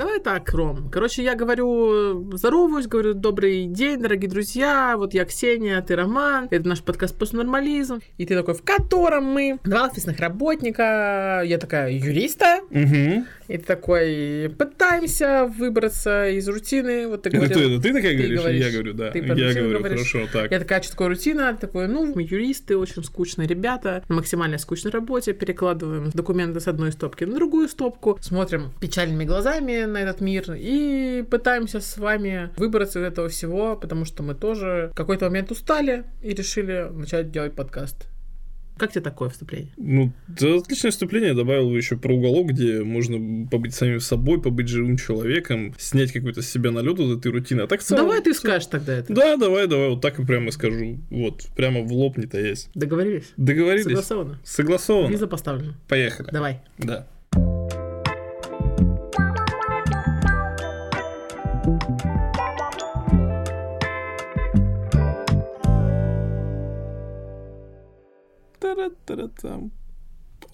это Акром. Короче, я говорю, здороваюсь, говорю, добрый день, дорогие друзья, вот я Ксения, ты Роман, это наш подкаст «Постнормализм». И ты такой, в котором мы два офисных работника, я такая, юриста, Мгм. и ты такой, пытаемся выбраться из рутины. Вот ты Это говорил. ты, это ты такая Ты говоришь? или Я говоришь. говорю, да. Ты про я рутину говорю, говоришь. хорошо, так. Я такая, что такое рутина? Ты Такой, ну, мы юристы, очень скучные ребята, на максимально скучной работе, перекладываем документы с одной стопки на другую стопку, смотрим печальными глазами на этот мир и пытаемся с вами выбраться из этого всего, потому что мы тоже в какой-то момент устали и решили начать делать подкаст. Как тебе такое вступление? Ну, да, отличное вступление. Я Добавил еще про уголок, где можно побыть самим собой, побыть живым человеком, снять какой-то с себя налет вот этой рутины. А так в целом- Ну, Давай ты скажешь тогда это. Да, давай, давай, вот так и прямо скажу. Вот, прямо в лоб не таясь. Договорились? Договорились? Согласовано. Согласовано. Виза поставлена. Поехали. Давай. Да. Тара-тара-там. Пу.